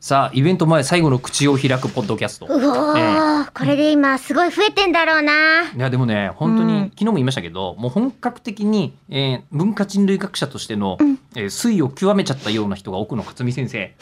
さあイベント前最後の口を開くポッドキャスト、うおー、これで今すごい増えてんだろうな。いやでもね本当に、うん昨日も言いましたけどもう本格的に、えー文化人類学者としての、うんえー推移を極めちゃったような人が奥野克美先生、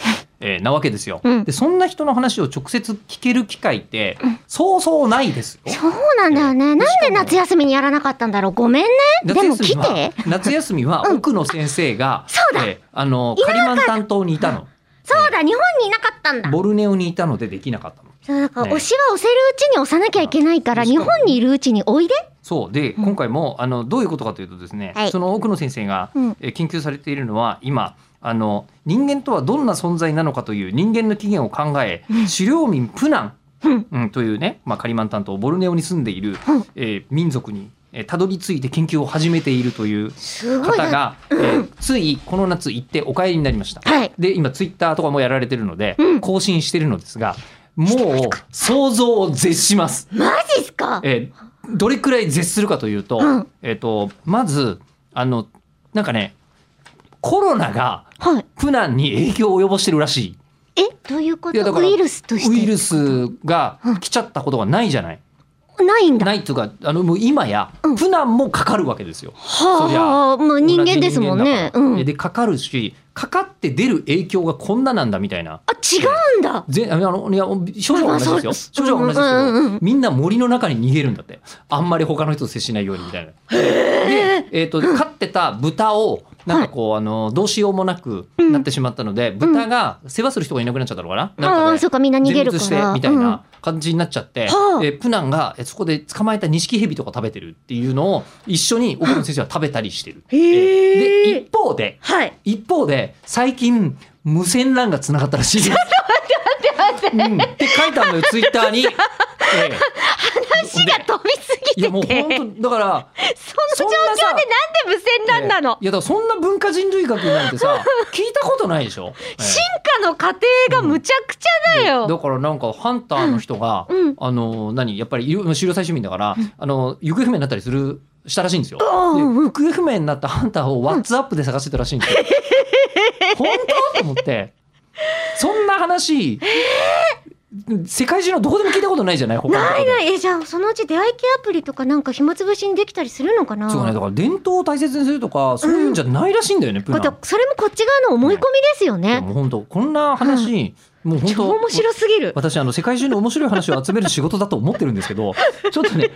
えーなわけですよ、うんでそんな人の話を直接聞ける機会って、そうそうないですよ そうなんだよね。なんで夏休みにやらなかったんだろう。ごめんね。で夏も休み来はて。夏休みはうん奥野先生が、そうだえーあのカリマン担当にいたのそうだ、日本にいなかったんだ。ボルネオにいたのでできなかったのそうだから、ね推しは押せるうちに押さなきゃいけないから、そう日本にいるうちにおいで。そうで、ん今回もあのどういうことかというとですね、はいその奥野先生が、うんえー研究されているのは今あの人間とはどんな存在なのかという人間の起源を考え、狩猟民プナン、うんうんというね、まあ、カリマンタン島ボルネオに住んでいる、うんえー民族にえーたど、り着いて研究を始めているというすごい方な。が、えーついこの夏行ってお帰りになりました。はいで今ツイッターとかもやられてるので、うん更新してるのですがもう想像を絶します。マジっすかえーどれくらい絶するかというと、うんえっ、と、まず、あの、なんかね、コロナがはい。プナンに影響を及ぼしてるらしい。え、どういうこいやだとかウらイルスとして。ウイルスが来ちゃったことがないじゃない。ないんだ。ないというか、あの、もう今や、うんプナンもかかるわけですよ。そりゃはあ、もう人間ですもんね。同じ人間だからうん。で、かかるし、かかって出る影響がこんななんだみたいな。あ、違うんだ。ぜあのいや症状は同じですよあそ症う状は同じですけど、うんうんうんみんな森の中に逃げるんだってあんまり他の人と接しないようにみたいな。で、えー、と飼ってた豚をなんかこう、あのどうしようもなくなってしまったので、豚が世話する人がいなくなっちゃったのかな,、なんあかあ、でそうか、みんな逃げる全か滅ら。してみたいな感じになっちゃって、はあえープナンがえそこで捕まえた錦蛇とか食べてるっていうのを一緒に奥野先生は食べたりしてる。うんへでえ。一方ではい。一方で最近無線 LAN がつながったらし いです。うん、って書いたのよツイッター に。話が飛びすいぎててやもう本当だからその状況でなんで無線なんなの、いやだからそんな文化人類学なんて さ聞いたことないでしょ。ええ進化の過程がむちゃくちゃだよ、だからなんかハンターの人が、うんあの何やっぱりいろ狩猟採集民だから、あの行方不明になったりするしたらしいんですよ。うんでうん行方不明になったハンターをワッツアップで探してたらしいん ですよ。本当と思ってそんな話、世界中のどこでも聞いたことないじゃない他のとこでないないえじゃあそのうち出会い系アプリとかなんか暇つぶしにできたりするのかなそうねだから伝統を大切にするとかそういうんじゃないらしいんだよね、プラン。だってそれもこっち側の思い込みですよいやねもう本当こんな話、もう本超当面白すぎる私あの世界中の面白い話を集める仕事だと思ってるんですけど ちょっと ね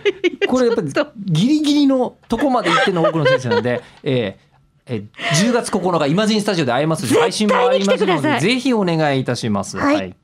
これやっぱりちょっとギリギリのとこまで行っての奥野先生なんで、えーえー10月9日イマジンスタジオで会えますし配信もあります絶対に来てくだのさでいぜひお願いいたします。はいはい